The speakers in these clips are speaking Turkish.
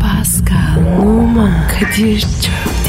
Pascal, Oman, Kadir çok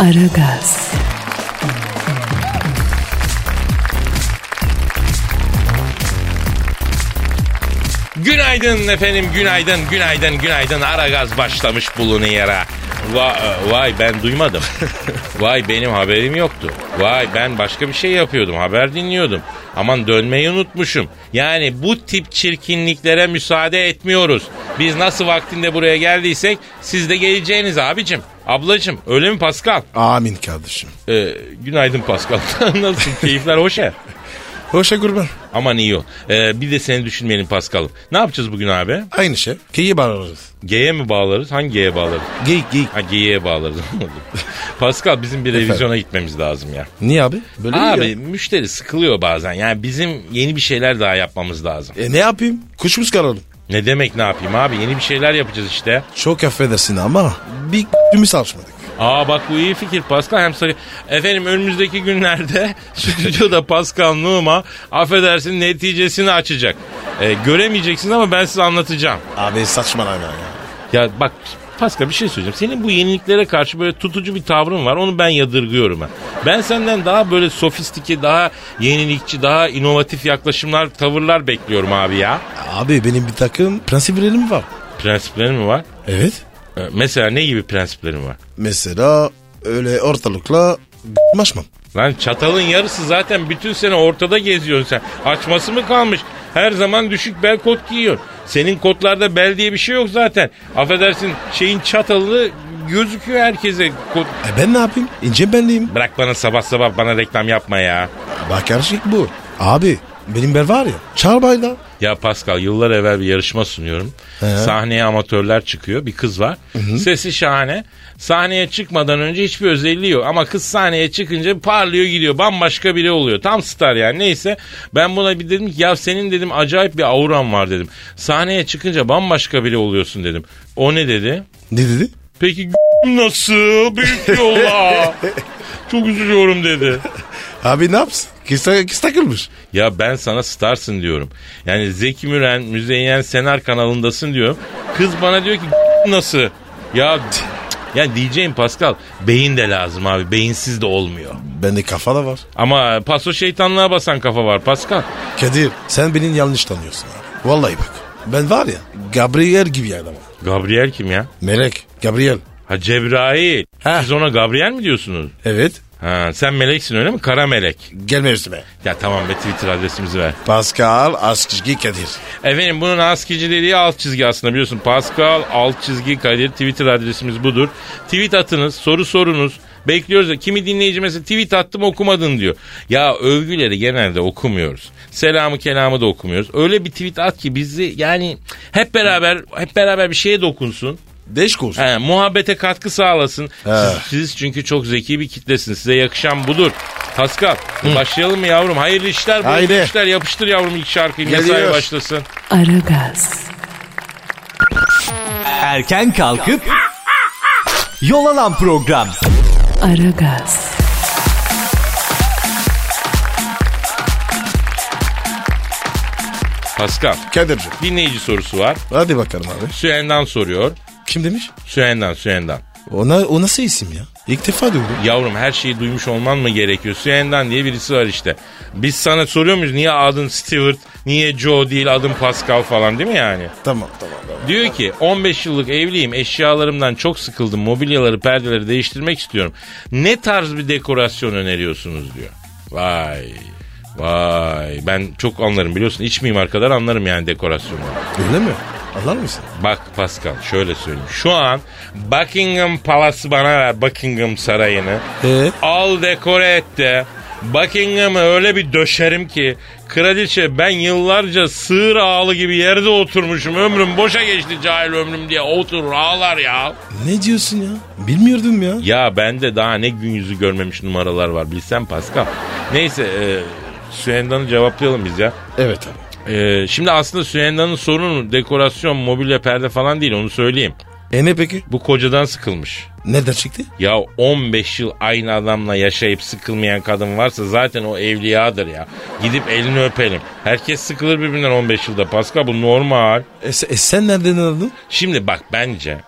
Aragaz, Günaydın efendim, günaydın, günaydın, günaydın. Ara gaz başlamış bulunuyor ha. Va- e, vay ben duymadım. vay benim haberim yoktu. Vay ben başka bir şey yapıyordum, haber dinliyordum. Aman dönmeyi unutmuşum. Yani bu tip çirkinliklere müsaade etmiyoruz. Biz nasıl vaktinde buraya geldiysek siz de geleceğiniz abicim, ablacım. Öyle mi Pascal? Amin kardeşim. Ee, günaydın Pascal. Nasılsın? Keyifler hoş ya. Hoşa kurban. Aman iyi ol. Ee, bir de seni düşünmeyelim Pascal'ım. Ne yapacağız bugün abi? Aynı şey. Keyi bağlarız. G'ye mi bağlarız? Hangi G'ye bağlarız? Geyik geyik. Ha G'ye bağlarız. Pascal bizim bir revizyona gitmemiz lazım ya. Niye abi? Böyle Abi mi ya? müşteri sıkılıyor bazen. Yani bizim yeni bir şeyler daha yapmamız lazım. E ne yapayım? Kuşumuz karalım. Ne demek ne yapayım abi? Yeni bir şeyler yapacağız işte. Çok affedersin ama bir k***ümüz alışmadık. Aa bak bu iyi fikir Pascal. Hem sarı... Efendim önümüzdeki günlerde stüdyoda Pascal Numa affedersin neticesini açacak. Ee, göremeyeceksiniz ama ben size anlatacağım. Abi saçmalama ya. Ya bak Pascal bir şey söyleyeceğim. Senin bu yeniliklere karşı böyle tutucu bir tavrın var. Onu ben yadırgıyorum. Ha. Ben senden daha böyle sofistike, daha yenilikçi, daha inovatif yaklaşımlar, tavırlar bekliyorum abi ya. Abi benim bir takım prensiplerim var. Prensiplerin mi var? Evet. Ee, Mesela ne gibi prensiplerin var? Mesela öyle ortalıkla maşmam. Lan çatalın yarısı zaten bütün sene ortada geziyorsun sen. Açması mı kalmış? Her zaman düşük bel kot giyiyorsun. Senin kotlarda bel diye bir şey yok zaten. Affedersin şeyin çatalı gözüküyor herkese. Kot... E ben ne yapayım? İnce benliyim. Bırak bana sabah sabah bana reklam yapma ya. Bakarışık bu. Abi benim ben var ya. Çarbayla. Ya Pascal yıllar evvel bir yarışma sunuyorum. Sahneye amatörler çıkıyor. Bir kız var. Sesi şahane. Sahneye çıkmadan önce hiçbir özelliği yok. Ama kız sahneye çıkınca parlıyor gidiyor. Bambaşka biri oluyor. Tam star yani. Neyse ben buna bir dedim ki ya senin dedim acayip bir auran var dedim. Sahneye çıkınca bambaşka biri oluyorsun dedim. O ne dedi? Ne dedi? Peki nasıl? Büyük yolla. Çok üzülüyorum dedi. Abi ne yapsın? Kız, ta- kız takılmış. Ya ben sana starsın diyorum. Yani Zeki Müren, Müzeyyen Senar kanalındasın diyorum. Kız bana diyor ki nasıl? Ya ya diyeceğim Pascal beyin de lazım abi. Beyinsiz de olmuyor. Bende kafa da var. Ama paso şeytanlığa basan kafa var Pascal. Kadir sen beni yanlış tanıyorsun abi. Vallahi bak. Ben var ya Gabriel gibi adamım. Gabriel kim ya? Melek. Gabriel. Ha Cebrail. Heh. Siz ona Gabriel mi diyorsunuz? Evet. Ha, sen meleksin öyle mi? Kara melek. Gelme üstüme. Ya tamam be Twitter adresimizi ver. Pascal Askizgi Kadir. Efendim bunun askici dediği alt çizgi aslında biliyorsun. Pascal alt çizgi Kadir Twitter adresimiz budur. Tweet atınız, soru sorunuz. Bekliyoruz. Kimi dinleyici mesela tweet attım okumadın diyor. Ya övgüleri genelde okumuyoruz. Selamı kelamı da okumuyoruz. Öyle bir tweet at ki bizi yani hep beraber hep beraber bir şeye dokunsun. Deş kursun. He, muhabbete katkı sağlasın. Evet. Siz, siz çünkü çok zeki bir kitlesiniz. Size yakışan budur. Pascal başlayalım mı yavrum? Hayırlı işler, Haydi. hayırlı işler. Yapıştır yavrum ilk şarkıyı. Mesai Geliyor. başlasın. Aragaz, Erken kalkıp yol alan program. Aragaz, Pascal Kadir'cim. dinleyici sorusu var. Hadi bakalım abi. Süendan soruyor. Kim demiş? Süendan, Süendan. Ona, o nasıl isim ya? İlk defa duydum. Yavrum her şeyi duymuş olman mı gerekiyor? Süendan diye birisi var işte. Biz sana soruyor muyuz niye adın Stewart, niye Joe değil adın Pascal falan değil mi yani? Tamam tamam. tamam. Diyor ki 15 yıllık evliyim eşyalarımdan çok sıkıldım mobilyaları perdeleri değiştirmek istiyorum. Ne tarz bir dekorasyon öneriyorsunuz diyor. Vay vay ben çok anlarım biliyorsun iç mimar kadar anlarım yani dekorasyonu. Öyle mi? Anlar mısın? Bak Pascal şöyle söyleyeyim. Şu an Buckingham Palace'ı bana ver Buckingham Sarayı'nı. Ee? Al dekore et de Buckingham'ı öyle bir döşerim ki kraliçe ben yıllarca sığır ağalı gibi yerde oturmuşum ömrüm boşa geçti cahil ömrüm diye oturur ağlar ya. Ne diyorsun ya? Bilmiyordum ya. Ya bende daha ne gün yüzü görmemiş numaralar var bilsem Pascal. Neyse e, Sühenda'nı cevaplayalım biz ya. Evet abi. E, şimdi aslında Sühenda'nın sorunu dekorasyon, mobilya, perde falan değil onu söyleyeyim. E ne peki? Bu kocadan sıkılmış. Nereden çıktı? Ya 15 yıl aynı adamla yaşayıp sıkılmayan kadın varsa zaten o evliyadır ya. Gidip elini öpelim. Herkes sıkılır birbirinden 15 yılda Pascal bu normal. E, se- e sen nereden anladın? Şimdi bak bence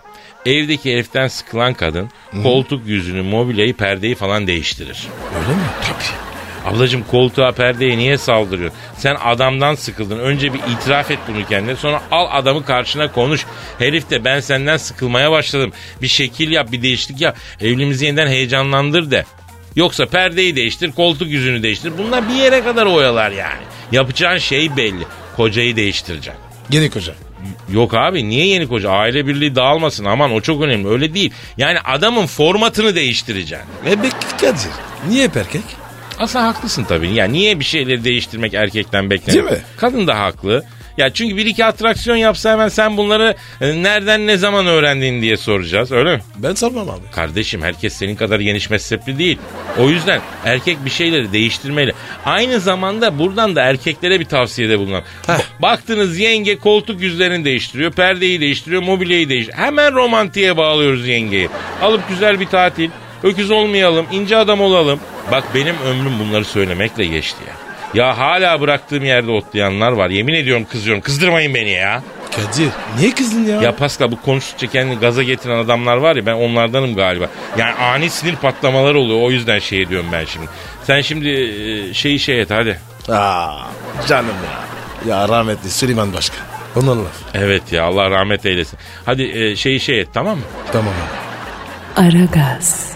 evdeki heriften sıkılan kadın koltuk yüzünü, mobilyayı, perdeyi falan değiştirir. Öyle mi? Tabii. Ablacım koltuğa perdeye niye saldırıyorsun? Sen adamdan sıkıldın. Önce bir itiraf et bunu kendine. Sonra al adamı karşına konuş. Herif de ben senden sıkılmaya başladım. Bir şekil yap, bir değişiklik yap. Evlimizi yeniden heyecanlandır de. Yoksa perdeyi değiştir, koltuk yüzünü değiştir. Bunlar bir yere kadar oyalar yani. Yapacağın şey belli. Kocayı değiştireceksin. Gene koca. Yok abi niye yeni koca? Aile birliği dağılmasın. Aman o çok önemli. Öyle değil. Yani adamın formatını değiştireceksin. E peki Kadir. Niye hep erkek? Aslında haklısın tabii. Ya niye bir şeyleri değiştirmek erkekten beklenir? Değil mi? Kadın da haklı. Ya çünkü bir iki atraksiyon yapsa hemen sen bunları e, nereden ne zaman öğrendin diye soracağız öyle mi? Ben sormam abi. Kardeşim herkes senin kadar geniş mezhepli değil. O yüzden erkek bir şeyleri değiştirmeli. Aynı zamanda buradan da erkeklere bir tavsiyede bulunan. Heh. Ba- Baktınız yenge koltuk yüzlerini değiştiriyor, perdeyi değiştiriyor, mobilyayı değiştiriyor. Hemen romantiğe bağlıyoruz yengeyi. Alıp güzel bir tatil, öküz olmayalım, ince adam olalım. Bak benim ömrüm bunları söylemekle geçti ya. Ya hala bıraktığım yerde otlayanlar var. Yemin ediyorum kızıyorum. Kızdırmayın beni ya. Kadir niye kızdın ya? Ya Pascal bu konuştukça kendini gaza getiren adamlar var ya ben onlardanım galiba. Yani ani sinir patlamaları oluyor o yüzden şey diyorum ben şimdi. Sen şimdi e, şeyi şey et hadi. Aa, canım ya. Ya rahmetli Süleyman Başkan. Onun laf. Evet ya Allah rahmet eylesin. Hadi e, şeyi şey et tamam mı? Tamam abi. Aragaz,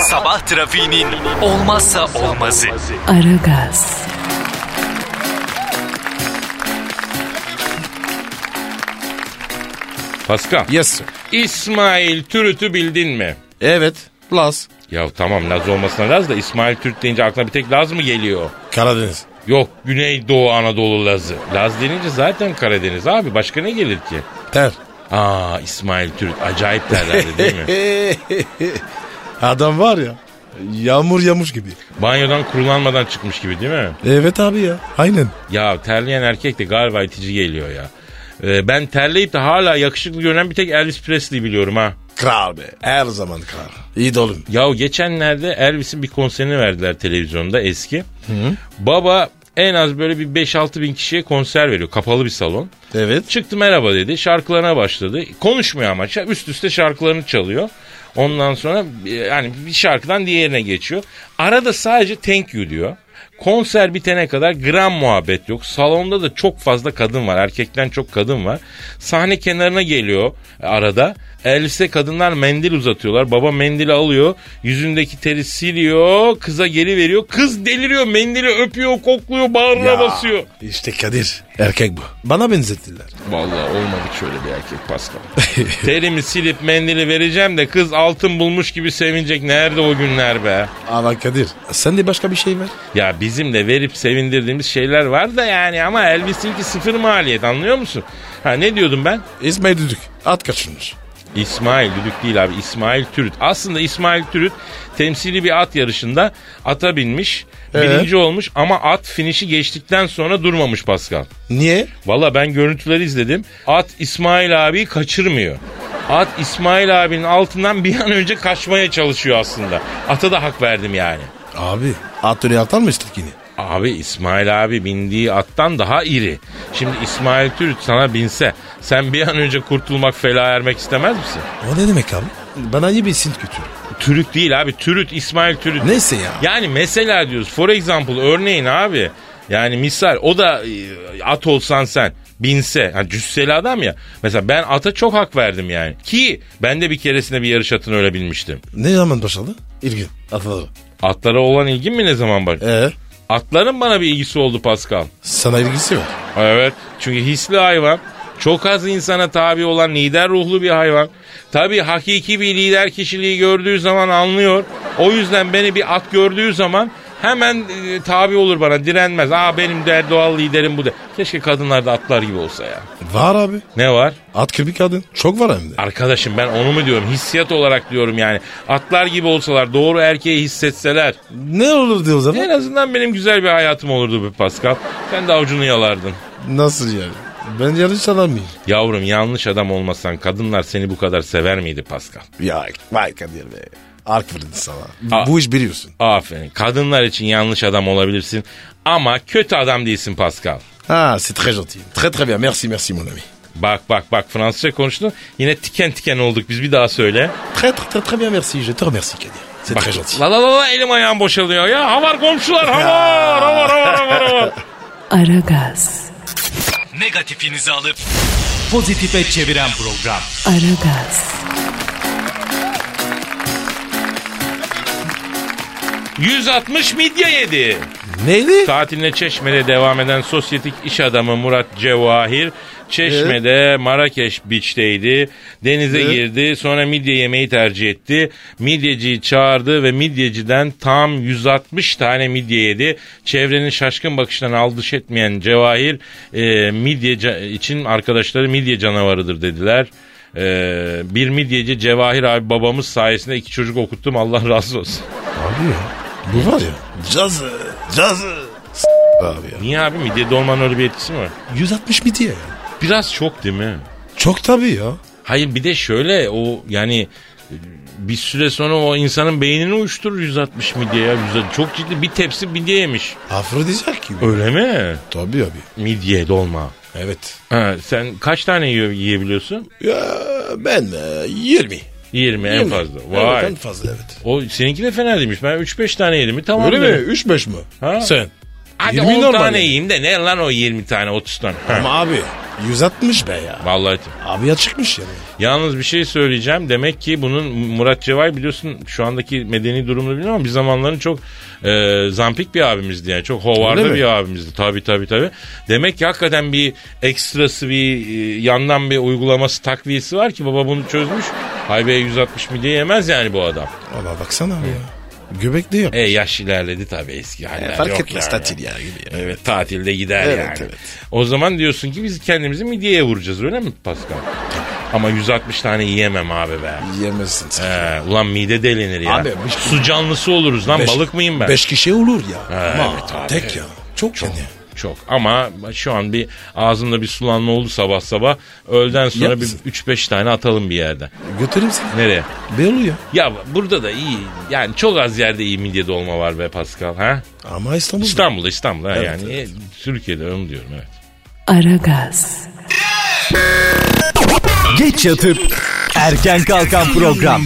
Sabah trafiğinin olmazsa olmazı. Aragaz, Pascal. Yes sir. İsmail Türüt'ü bildin mi? Evet. Las. Ya tamam Laz olmasına Laz da İsmail Türk deyince aklına bir tek Laz mı geliyor? Karadeniz. Yok Güneydoğu Anadolu Laz'ı. Laz denince zaten Karadeniz abi başka ne gelir ki? Ter. Aa İsmail Türk acayip derlerdi değil mi? Adam var ya. Yağmur yağmış gibi. Banyodan kurulanmadan çıkmış gibi değil mi? Evet abi ya. Aynen. Ya terleyen erkek de galiba itici geliyor ya. Ee, ben terleyip de hala yakışıklı görünen bir tek Elvis Presley biliyorum ha. Kral be. Her zaman kral. İyi de oğlum. Ya geçenlerde Elvis'in bir konserini verdiler televizyonda eski. Baba en az böyle bir 5-6 bin kişiye konser veriyor. Kapalı bir salon. Evet. Çıktı merhaba dedi. Şarkılarına başladı. Konuşmuyor ama şa- üst üste şarkılarını çalıyor. Ondan sonra e, yani bir şarkıdan diğerine geçiyor. Arada sadece thank you diyor. Konser bitene kadar gram muhabbet yok. Salonda da çok fazla kadın var. Erkekten çok kadın var. Sahne kenarına geliyor arada. Elbise kadınlar mendil uzatıyorlar. Baba mendili alıyor. Yüzündeki teri siliyor. Kıza geri veriyor. Kız deliriyor. Mendili öpüyor, kokluyor, bağrına basıyor. İşte Kadir. Erkek bu. Bana benzettiler. Vallahi olmadı şöyle bir erkek Pascal. Terimi silip mendili vereceğim de kız altın bulmuş gibi sevinecek. Nerede o günler be? Ama Kadir. Sen de başka bir şey ver. Ya bizim de verip sevindirdiğimiz şeyler var da yani ama Elvis'inki sıfır maliyet anlıyor musun? Ha ne diyordum ben? İsmail Düdük. At kaçırmış. İsmail Düdük değil abi İsmail Türüt. Aslında İsmail Türüt temsili bir at yarışında ata binmiş. Ee? Birinci olmuş ama at finişi geçtikten sonra durmamış Pascal. Niye? Valla ben görüntüleri izledim. At İsmail abi kaçırmıyor. At İsmail abinin altından bir an önce kaçmaya çalışıyor aslında. Ata da hak verdim yani. Abi. At öyle atar mı istekini? Abi İsmail abi bindiği attan daha iri. Şimdi İsmail Türüt sana binse sen bir an önce kurtulmak felaha ermek istemez misin? O ne demek abi? Bana iyi bir sint götür. Türüt değil abi Türüt İsmail Türüt. Neyse ya. Yani mesela diyoruz for example örneğin abi. Yani misal o da e, at olsan sen binse yani cüsseli adam ya. Mesela ben ata çok hak verdim yani. Ki ben de bir keresinde bir yarış atını öyle binmiştim. Ne zaman başladı? İlgin. Atladı. Atlara olan ilgim mi ne zaman bak? Ee, Atların bana bir ilgisi oldu Pascal. sana ilgisi var. Evet. Çünkü hisli hayvan. Çok az insana tabi olan lider ruhlu bir hayvan. Tabi hakiki bir lider kişiliği gördüğü zaman anlıyor. O yüzden beni bir at gördüğü zaman hemen e, tabi olur bana direnmez. Aa benim der doğal liderim bu der. Keşke kadınlar da atlar gibi olsa ya. Var abi. Ne var? At gibi kadın. Çok var hem de. Arkadaşım ben onu mu diyorum? Hissiyat olarak diyorum yani. Atlar gibi olsalar doğru erkeği hissetseler. Ne olurdu o zaman? En azından benim güzel bir hayatım olurdu be Pascal. Sen de avucunu yalardın. Nasıl yani? Ben yanlış adam mıyım? Yavrum yanlış adam olmasan kadınlar seni bu kadar sever miydi Pascal? Ya vay Kadir be. Ark vurdu sana. Aa. Bu iş biliyorsun. Aferin. Kadınlar için yanlış adam olabilirsin ama kötü adam değilsin Pascal. Ha c'est très gentil. Très très bien. Merci merci mon ami. Bak bak bak Fransızca konuştun. Yine tiken tiken olduk biz bir daha söyle. Très très très, très bien merci. Je te remercie Kadir. C'est Bak, très gentil. la la la la elim ayağım boşalıyor ya. Havar komşular havar havar havar havar. havar. Aragaz, Negatifinizi alıp pozitife çeviren program. Aragaz, Cık, 160 midye yedi. Neydi? Tatiline Çeşme'de devam eden sosyetik iş adamı Murat Cevahir Çeşme'de Marrakeş Beach'teydi. Denize Evet. girdi. Sonra midye yemeyi tercih etti. Midyeciyi çağırdı ve midyeciden tam 160 tane midye yedi. Çevrenin şaşkın bakışlarına aldış etmeyen Cevahir e, midye ca- için arkadaşları midye canavarıdır dediler. E, bir midyeci Cevahir abi babamız sayesinde iki çocuk okuttum Allah razı olsun. Abi ya. Bu var ya. Caz. Caz. Abi ya. Niye abi midye dolmanın öyle bir etkisi mi var? 160 mi diye. Biraz çok değil mi? Çok tabii ya. Hayır bir de şöyle o yani e, bir süre sonra o insanın beynini uyuşturur 160 midye ya. 100 çok ciddi bir tepsi midye yemiş. Afrodizyak gibi. Öyle mi? Tabii abi. Midye dolma. Evet. Ha, sen kaç tane yiyor, yiyebiliyorsun? Ya ben e, 20. 20 en 20. fazla. Evet, Vay. en fazla evet. O seninki de fena değilmiş. Ben 3-5 tane yedim mi tamam Öyle dedim. mi? 3-5 mi? Ha? Sen. Hadi 20 10 normal tane yani. yiyeyim de ne lan o 20 tane 30 tane. Ha, Ama abi 160 be ya. Vallahi Abi ya çıkmış yani. Yalnız bir şey söyleyeceğim. Demek ki bunun Murat Cevay biliyorsun şu andaki medeni durumunu bilmiyorum ama bir zamanların çok e, zampik bir abimizdi yani. Çok Öyle hovarda mi? bir abimizdi. Tabii tabii tabii. Demek ki hakikaten bir ekstrası bir e, yandan bir uygulaması takviyesi var ki baba bunu çözmüş. Haybe 160 milyon yemez yani bu adam. Ama baksana abi ya. Göbek değil. E yaş ilerledi tabii E, eski haller yok yani. ya gibi ya. Evet tatilde gider Evet, yani. evet. O zaman diyorsun ki biz kendimizi midyeye vuracağız öyle mi Pascal? Ama 160 tane yiyemem abi be. Yiyemezsin sen. He, Ee, ulan mide delinir ya. Abi, beş- Su canlısı oluruz lan Beş- balık mıyım ben? Beş kişi olur ya. Ama evet abi. tek ya. Çok, yani. Çok ama şu an bir ağzımda bir sulanma oldu sabah sabah. Öğleden sonra Yap bir mısın? 3-5 tane atalım bir yerde. Götüreyim seni. Nereye? Beyoğlu ya. Ya burada da iyi yani çok az yerde iyi midye dolma var be Pascal ha? Ama İstanbul'da. İstanbul'da İstanbul'da Evet, yani evet. E, Türkiye'de onu diyorum evet. Aragaz, Geç yatıp erken kalkan program.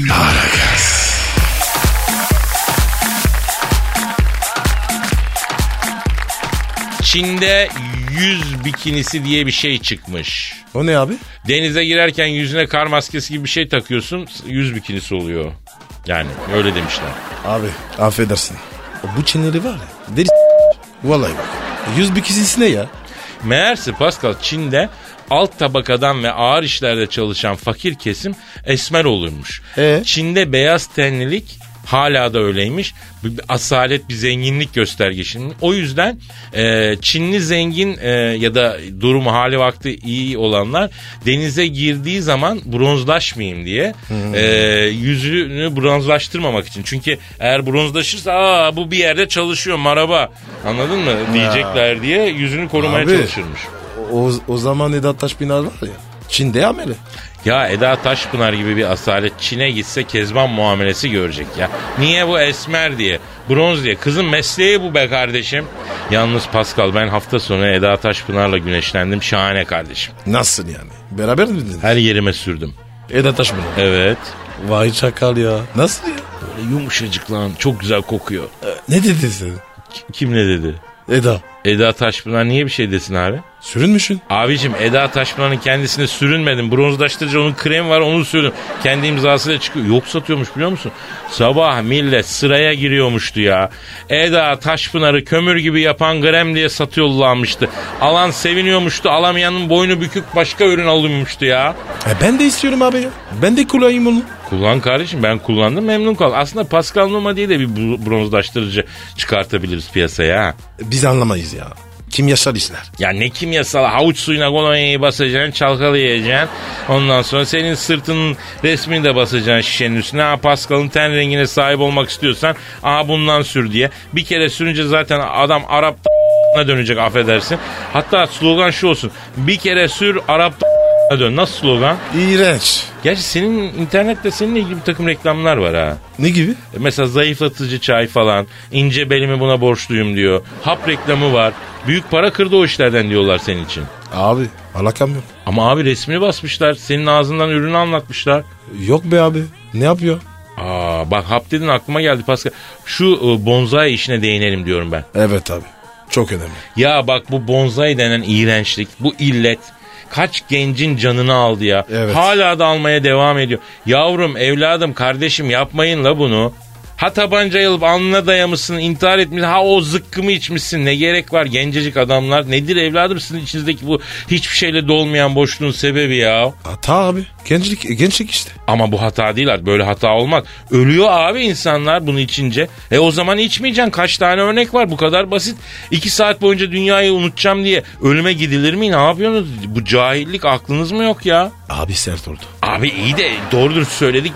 Çin'de yüz bikinisi diye bir şey çıkmış. O ne abi? Denize girerken yüzüne kar maskesi gibi bir şey takıyorsun yüz bikinisi oluyor. Yani öyle demişler. Abi affedersin. Bu Çinleri var ya. Deri Vallahi bak. Yüz bir kişisi ne ya? Meğerse Pascal Çin'de alt tabakadan ve ağır işlerde çalışan fakir kesim esmer olurmuş. Ee? Çin'de beyaz tenlilik hala da öyleymiş. Bir, bir asalet bir zenginlik göstergesi. O yüzden e, Çinli zengin e, ya da durumu hali vakti iyi olanlar denize girdiği zaman bronzlaşmayayım diye e, yüzünü bronzlaştırmamak için. Çünkü eğer bronzlaşırsa aa bu bir yerde çalışıyor maraba anladın mı diyecekler diye yüzünü korumaya Abi. çalışırmış. O, o zaman Eda Taşpınar var ya. Çin'de ameli. Ya Eda Taşpınar gibi bir asalet Çin'e gitse kezban muamelesi görecek ya. Niye bu esmer diye, bronz diye. Kızın mesleği bu be kardeşim. Yalnız Pascal ben hafta sonu Eda Taşpınar'la güneşlendim. Şahane kardeşim. Nasılsın yani? Beraber mi dedin? Her yerime sürdüm. Eda Taşpınar. Evet. Vay çakal ya. Nasıl ya? Böyle yumuşacık lan. Çok güzel kokuyor. Ne dedin sen? Ki- Kim ne dedi? Eda. Eda Taşpınar niye bir şey desin abi? Sürünmüşsün. Abicim Eda Taşpınar'ın kendisine sürünmedim. Bronzlaştırıcı onun kremi var onu sürdüm. Kendi imzasıyla çıkıyor. Yok satıyormuş biliyor musun? Sabah millet sıraya giriyormuştu ya. Eda Taşpınar'ı kömür gibi yapan krem diye satıyorlarmıştı. Alan seviniyormuştu. Alamayanın boynu bükük başka ürün alınmıştı ya. E ben de istiyorum abi ya. Ben de kullanayım onu. Kullan kardeşim ben kullandım memnun kal. Aslında Pascal Numa diye de bir bu- bronzlaştırıcı çıkartabiliriz piyasaya ha. E, Biz anlamayız ya. Kim yaşar işler. Ya ne kimyasal havuç suyuna kolonyayı basacaksın çalkalayacaksın. Ondan sonra senin sırtının resmini de basacaksın şişenin üstüne. Ha Pascal'ın ten rengine sahip olmak istiyorsan aa bundan sür diye. Bir kere sürünce zaten adam Arap dönecek affedersin. Hatta slogan şu olsun. Bir kere sür Arap dön. Nasıl slogan? İğrenç. Gerçi senin internette seninle ilgili bir takım reklamlar var ha. Ne gibi? E, Mesela zayıflatıcı çay falan. ince belimi buna borçluyum diyor. Hap reklamı var. Büyük para kırdı o işlerden diyorlar senin için. Abi alakam yok. Ama abi resmini basmışlar. Senin ağzından ürünü anlatmışlar. Yok be abi. Ne yapıyor? Aa bak hap dedin aklıma geldi Pascal. Şu e, bonzai işine değinelim diyorum ben. Evet abi. Çok önemli. Ya bak bu bonzai denen iğrençlik, bu illet kaç gencin canını aldı ya. Evet. Hala da almaya devam ediyor. Yavrum, evladım, kardeşim yapmayın la bunu. Ha tabanca alıp alnına dayamışsın, intihar etmişsin, ha o zıkkımı içmişsin. Ne gerek var gencecik adamlar? Nedir evladım sizin içinizdeki bu hiçbir şeyle dolmayan boşluğun sebebi ya? Hata abi. Gençlik, e, gençlik işte. Ama bu hata değil artık. Böyle hata olmaz. Ölüyor abi insanlar bunu içince. E o zaman içmeyeceksin. Kaç tane örnek var? Bu kadar basit. İki saat boyunca dünyayı unutacağım diye ölüme gidilir mi? Ne yapıyorsunuz? Bu cahillik aklınız mı yok ya? Abi sert oldu. Abi iyi de doğrudur söyledik.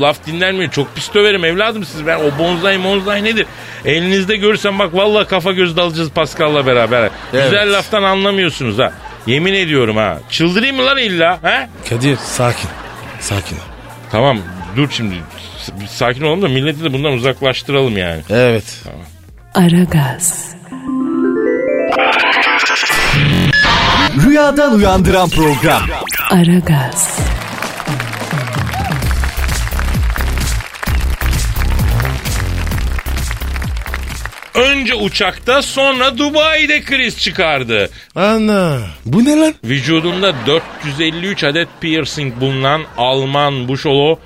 Laf dinlenmiyor. Çok pis döverim evladım siz. Ben o bonzai monzai nedir? Elinizde görürsem bak vallahi kafa göz dalacağız Pascal'la beraber. Güzel laftan anlamıyorsunuz ha. Yemin ediyorum ha. Çıldırayım mı lan illa? Ha? Kadir sakin. Sakin ol. Tamam dur şimdi S- bir sakin olalım da milleti de bundan uzaklaştıralım yani. Evet. Aragaz, Rüyadan uyandıran program. Aragaz, Önce uçakta sonra Dubai'de kriz çıkardı. Ana. Bu ne lan? Vücudunda 453 adet piercing bulunan Alman Buçolo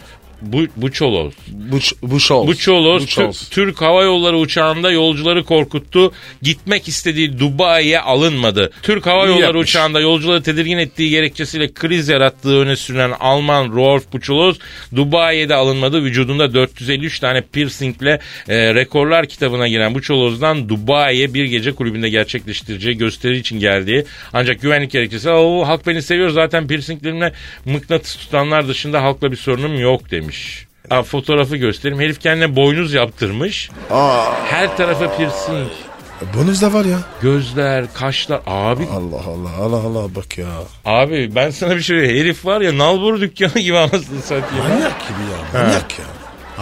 bu, Buçolo Bu, ç- bu şov. Buçolo Bu şov. Türk Hava Yolları uçağında yolcuları korkuttu. Gitmek istediği Dubai'ye alınmadı. Türk Hava İyi Yolları yapmış. uçağında yolcuları tedirgin ettiği gerekçesiyle kriz yarattığı öne sürülen Alman Rolf Buçoloz Dubai'ye de alınmadı. Vücudunda 453 tane piercingle e, rekorlar kitabına giren Buçoloz'dan Dubai'ye bir gece kulübünde gerçekleştireceği gösteri için geldiği ancak güvenlik gerekçesi o halk beni seviyor zaten piercinglerimle mıknatıs tutanlar dışında halkla bir sorunum yok demiş. Ha, fotoğrafı göstereyim. Herif kendine boynuz yaptırmış. Her tarafa piercing. Bonus da var ya. Gözler, kaşlar. Abi Allah Allah Allah Allah bak ya. Abi ben sana bir şey söyleyeyim. Herif var ya nalbur dükkanı gibi anasını satayım. Manyak gibi ya. Manyak ya.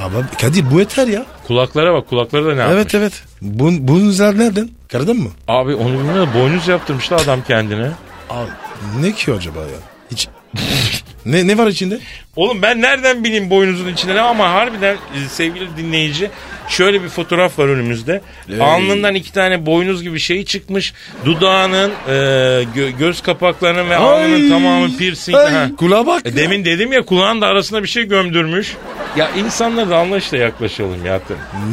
Abi Kadir bu yeter ya. Kulaklara bak kulakları da ne yapmış. Evet evet. Bu, bonuslar nereden? Karıdan mı? Abi onu bilmiyorum da boynuz yaptırmış da adam kendine. Abi ne ki acaba ya? Hiç... ne, ne var içinde? Oğlum ben nereden bileyim boynuzun içine ne ama harbiden e, sevgili dinleyici şöyle bir fotoğraf var önümüzde. Alnından iki tane boynuz gibi şey çıkmış. Dudağının, e, gö- göz kapaklarının ve alnının Ay, tamamı piercing. ay, Ha. Kulağa bak. E, demin dedim ya kulağın da arasına bir şey gömdürmüş. Ya insanlara da anlayışla yaklaşalım ya.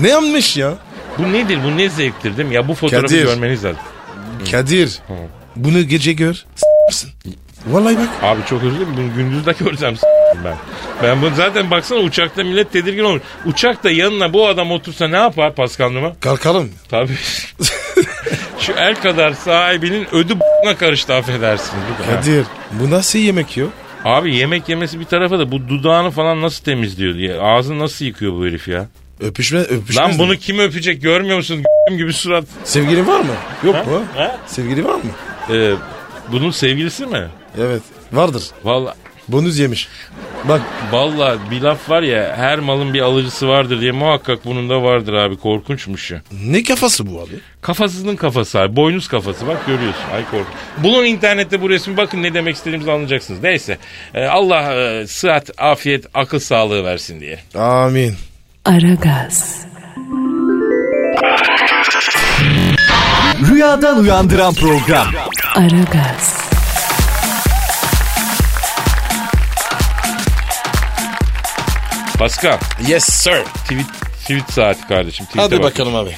Ne yanmış ya? Bu nedir? Bu ne zevktir değil mi? Ya bu fotoğrafı Kadir. görmeniz lazım. Kadir. Bunu gece gör. S***sın. Vallahi bak. Abi çok özür dilerim. Bunu gündüz de görsem s- ben. Ben bunu zaten baksana uçakta millet tedirgin olur. Uçakta yanına bu adam otursa ne yapar Pascal Numa? Kalkalım. Tabii. Şu el kadar sahibinin ödü b***na karıştı affedersiniz. Bu kadar. Kadir. Bu nasıl yemek yiyor? Abi yemek yemesi bir tarafa da bu dudağını falan nasıl temizliyor diye. Ağzını nasıl yıkıyor bu herif ya? Öpüşme, öpüşmez Lan mi? bunu kim öpecek görmüyor musun? G***im gibi surat. Sevgili var mı? Yok mu? Ha? Sevgili var mı? Ee, bunun sevgilisi mi? Evet. Vardır. Vallahi Bonus yemiş. Bak Valla bir laf var ya her malın bir alıcısı vardır diye muhakkak bunun da vardır abi korkunçmuş ya. ne kafası bu abi? Kafasının kafası abi boynuz kafası bak görüyorsun ay korkunç. Bulun internette bu resmi bakın ne demek istediğimizi anlayacaksınız. Neyse e, Allah e, sıhhat afiyet akıl sağlığı versin diye. Amin. Aragaz, Rüyadan uyandıran program. Aragaz, Pascal Yes sir. tweet, tweet saati kardeşim. tweet'e Hadi bak. bakalım abi.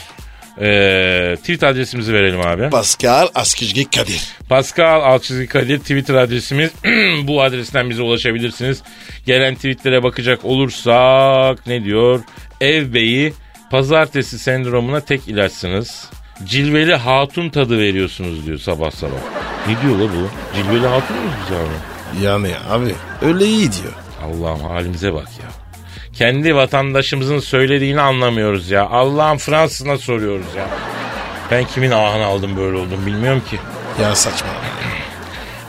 Ee, tweet adresimizi verelim abi. Pascal Askizgi Kadir. Pascal Alçızı Kadir Twitter adresimiz. Bu adresten bize ulaşabilirsiniz. Gelen tweetlere bakacak olursak ne diyor? Ev beyi pazartesi sendromuna tek ilaçsınız. Cilveli hatun tadı veriyorsunuz diyor sabah sabah. Ne diyor la bu? Cilveli hatun mu biz abi? Yani abi öyle iyi diyor. Allah'ım halimize bak ya. Kendi vatandaşımızın söylediğini anlamıyoruz ya. Allah'ım Fransız'ına soruyoruz ya. Ben kimin ahını aldım böyle oldum bilmiyorum ki. Ya saçma.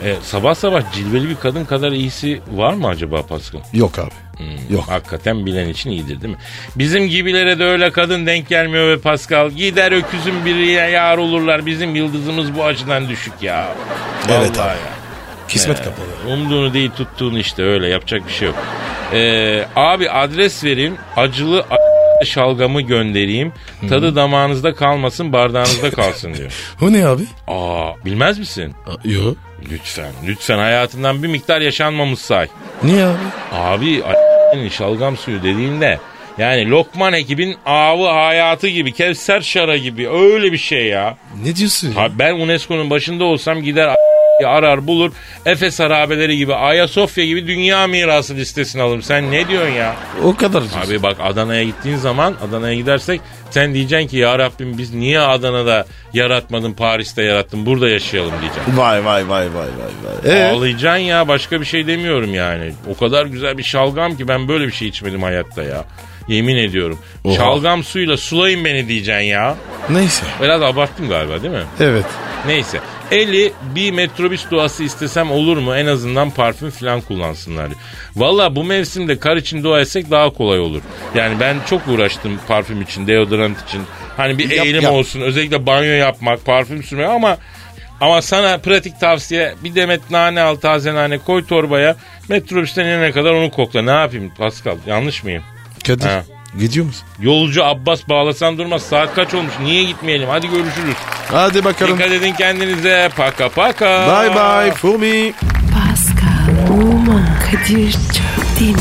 E, sabah sabah cilveli bir kadın kadar iyisi var mı acaba Pascal? Yok abi. Yok. Hakikaten bilen için iyidir değil mi? Bizim gibilere de öyle kadın denk gelmiyor ve Pascal. Gider öküzün birine yar olurlar. Bizim yıldızımız bu açıdan düşük ya. Evet Vallahi abi. ya. Kismet kapalı. Umduğunu değil tuttuğunu işte öyle yapacak bir şey yok. Ee, abi adres vereyim. Acılı a- şalgamı göndereyim. Tadı damağınızda kalmasın bardağınızda kalsın diyor. O ne abi? Aa bilmez misin? Yok. Lütfen lütfen hayatından bir miktar yaşanmamış say. Niye abi? Abi a- şalgam suyu dediğinde yani Lokman ekibin avı hayatı gibi Kevser şara gibi öyle bir şey ya. Ne diyorsun ya? Ha, ben UNESCO'nun başında olsam gider a- arar bulur Efes harabeleri gibi Ayasofya gibi dünya mirası listesine alırım. Sen ne diyorsun ya? O kadar diyorsun. Abi bak Adana'ya gittiğin zaman Adana'ya gidersek sen diyeceksin ki ya Rabbim biz niye Adana'da yaratmadın Paris'te yarattın burada yaşayalım diyeceksin. Vay vay vay vay vay vay. Ee? Ağlayacaksın ya başka bir şey demiyorum yani. O kadar güzel bir şalgam ki ben böyle bir şey içmedim hayatta ya. Yemin ediyorum. Oha. Şalgam suyla sulayın beni diyeceksin ya. Neyse. Biraz abarttım galiba değil mi? Evet. Neyse. Eli bir metrobüs duası istesem olur mu? En azından parfüm falan kullansınlar. diyor. Valla bu mevsimde kar için dua etsek daha kolay olur. Yani ben çok uğraştım parfüm için, deodorant için. Hani bir Yap, eğilim yap. olsun. Özellikle banyo yapmak, parfüm sürmek ama... Ama sana pratik tavsiye bir demet nane al taze nane koy torbaya metrobüsten inene kadar onu kokla. Ne yapayım Pascal yanlış mıyım? Kadir. Ha. Gidiyor musun? Yolcu Abbas bağlasan durmaz saat kaç olmuş niye gitmeyelim hadi görüşürüz. Hadi bakalım. Dikkat edin kendinize. Paka paka. Bye bye for me. Pascal, Oman, Kadir çok değil mi?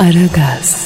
Aragaz.